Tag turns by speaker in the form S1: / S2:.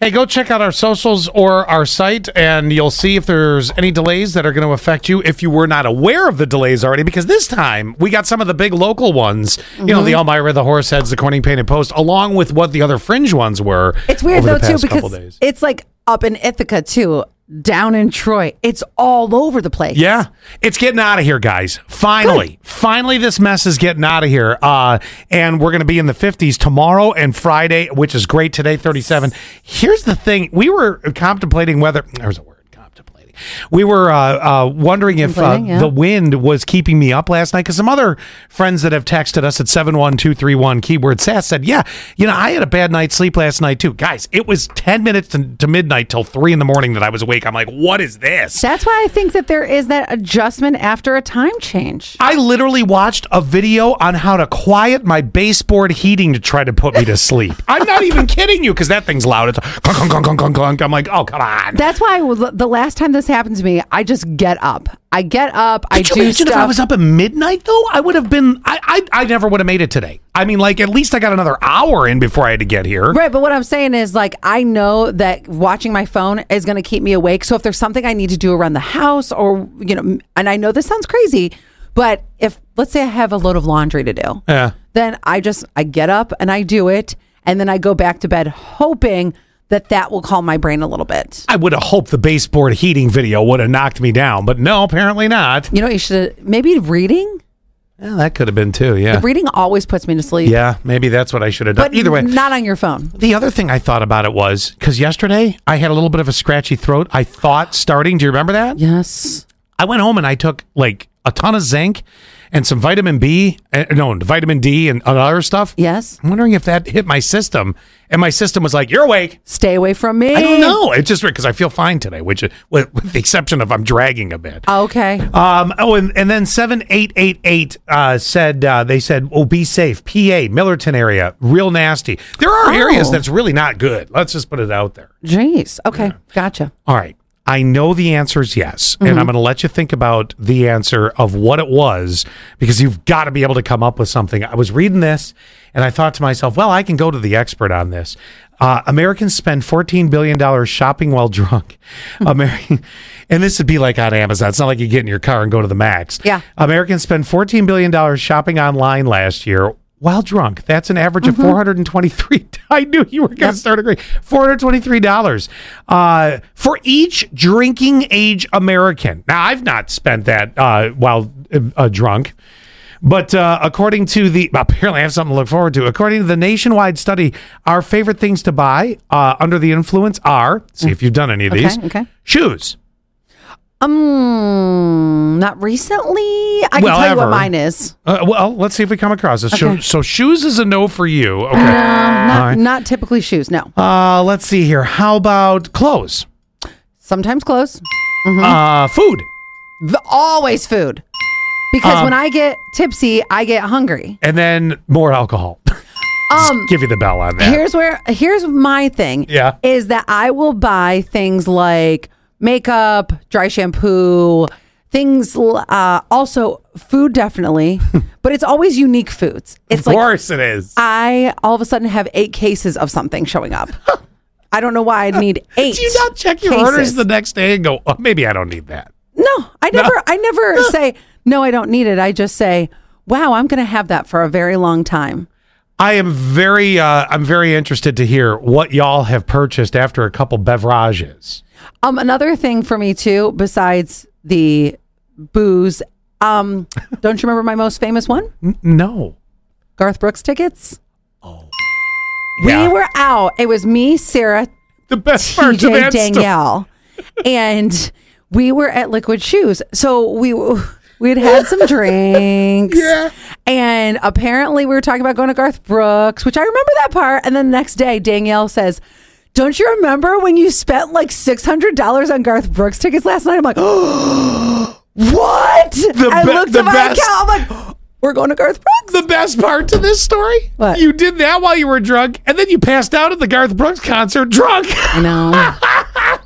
S1: Hey, go check out our socials or our site, and you'll see if there's any delays that are going to affect you if you were not aware of the delays already. Because this time we got some of the big local ones, you know, the
S2: Mm-hmm.
S1: Elmira, the Horseheads, the Corning Painted Post, along with what the other fringe ones were.
S2: It's weird
S1: over
S2: though
S1: the
S2: too
S1: past couple
S2: because
S1: days.
S2: it's like up in Ithaca too, down in Troy. It's all over the place.
S1: Yeah, it's getting out of here, guys. Finally, finally, this mess is getting out of here. Uh, and we're going to be in the 50s tomorrow and Friday, which is great. Today, 37. Here's the thing: we were contemplating whether there's a word contemplating. We were uh, uh, wondering if uh,
S2: Contemplating, yeah.
S1: the wind was keeping me up last night because some other friends that have texted us at seven one two three one keyword sass said, "Yeah, you know, I had a bad night's sleep last night too, guys. It was ten minutes to, to midnight till three in the morning that I was awake. I'm like, what is this?"
S2: That's why I think that there is that adjustment after a time change.
S1: I literally watched a video on how to quiet my baseboard heating to try to put me to sleep. I'm not even kidding you because that thing's loud. It's clunk, clunk, clunk, clunk, clunk, clunk. I'm like, oh, come on.
S2: That's why I was- the last time this happened to me, I just get up. I get up. I
S1: Could you
S2: do
S1: imagine
S2: stuff.
S1: if I was up at midnight though? I would have been. I, I I never would have made it today. I mean, like at least I got another hour in before I had to get here.
S2: Right, but what I'm saying is like I know that watching my phone is going to keep me awake. So if there's something I need to do around the house or you know and I know this sounds crazy, but if let's say I have a load of laundry to do.
S1: Yeah.
S2: Then I just I get up and I do it and then I go back to bed hoping that that will calm my brain a little bit.
S1: I would have hoped the baseboard heating video would have knocked me down, but no, apparently not.
S2: You know, what you should maybe reading.
S1: Yeah, that could have been too. Yeah.
S2: Reading always puts me to sleep.
S1: Yeah, maybe that's what I should have done.
S2: But
S1: Either way,
S2: not on your phone.
S1: The other thing I thought about it was because yesterday I had a little bit of a scratchy throat. I thought starting. Do you remember that?
S2: Yes.
S1: I went home and I took like a ton of zinc and some vitamin B, uh, no, vitamin D and other stuff.
S2: Yes.
S1: I'm wondering if that hit my system and my system was like, you're awake.
S2: Stay away from me.
S1: I don't know. It's just because I feel fine today, which is, with, with the exception of I'm dragging a bit.
S2: Okay.
S1: Um, oh, and, and then 7888 uh, said, uh, they said, oh, be safe. PA, Millerton area, real nasty. There are areas
S2: Oh.
S1: that's really not good. Let's just put it out there.
S2: Jeez. Okay. Gotcha.
S1: All right. I know the answer is yes. And I'm going to let you think about the answer of what it was because you've got to be able to come up with something. I was reading this and I thought to myself, well, I can go to the expert on this. Uh, Americans spend $14 billion shopping while drunk. American, and this would be like on Amazon. It's not like you get in your car and go to the max.
S2: Yeah.
S1: Americans spent $14 billion shopping online last year while drunk. That's an average
S2: Mm-hmm.
S1: of 423. I knew you were going to start agreeing. $423 uh, for each drinking age American. Now, I've not spent that uh, while uh, uh, drunk. But uh, according to the, apparently I have something to look forward to. According to the nationwide study, our favorite things to buy uh, under the influence are, see if you've done any of
S2: Okay,
S1: these,
S2: okay.
S1: shoes.
S2: Um, not recently.
S1: Well,
S2: I can tell you
S1: ever.
S2: what mine is.
S1: Uh, well, let's see if we come across this. Sho-
S2: Okay. Uh,
S1: So, shoes is a no for you. Okay.
S2: Not,
S1: All right.
S2: not typically shoes. No.
S1: Uh, let's see here. How about clothes?
S2: Sometimes clothes. Mm-hmm.
S1: Uh, food.
S2: V- Always food.
S1: Um.
S2: Because when I get tipsy, I get hungry.
S1: And then more alcohol.
S2: Um,
S1: Give you the bell on that.
S2: here's where here's my thing.
S1: Yeah.
S2: Is that I will buy things like makeup, dry shampoo, things l- uh also food definitely, but it's always unique foods. It's
S1: of
S2: like
S1: course it is.
S2: I all of a sudden have eight cases of something showing up. I don't know why I'd need eight.
S1: Do you not check your
S2: cases.
S1: orders the next day and go, oh, maybe I don't need that?
S2: no, I never. I never say no. I don't need it. I just say, "Wow, I'm going to have that for a very long time."
S1: I am very, uh, I'm very interested to hear what y'all have purchased after a couple beverages.
S2: Um, another thing for me too, besides the booze, um, don't you remember my most famous one?
S1: N- no.
S2: Garth Brooks tickets.
S1: Oh. Yeah.
S2: We were out. It was me, Sarah,
S1: the best part of
S2: TJ
S1: that story.
S2: Danielle, and we were at Liquid Shoes. So we we had had some drinks,
S1: Yeah.
S2: and apparently we were talking about going to Garth Brooks, which I remember that part. And then the next day, Danielle says. Don't you remember when you spent like six hundred dollars on Garth Brooks tickets last night? I'm like, what? I
S1: be-
S2: looked
S1: the
S2: at my
S1: best.
S2: account. I'm like, we're going to Garth Brooks.
S1: The best part to this story?
S2: What?
S1: You did that while you were drunk, and then you passed out at the Garth Brooks concert drunk.
S2: I know.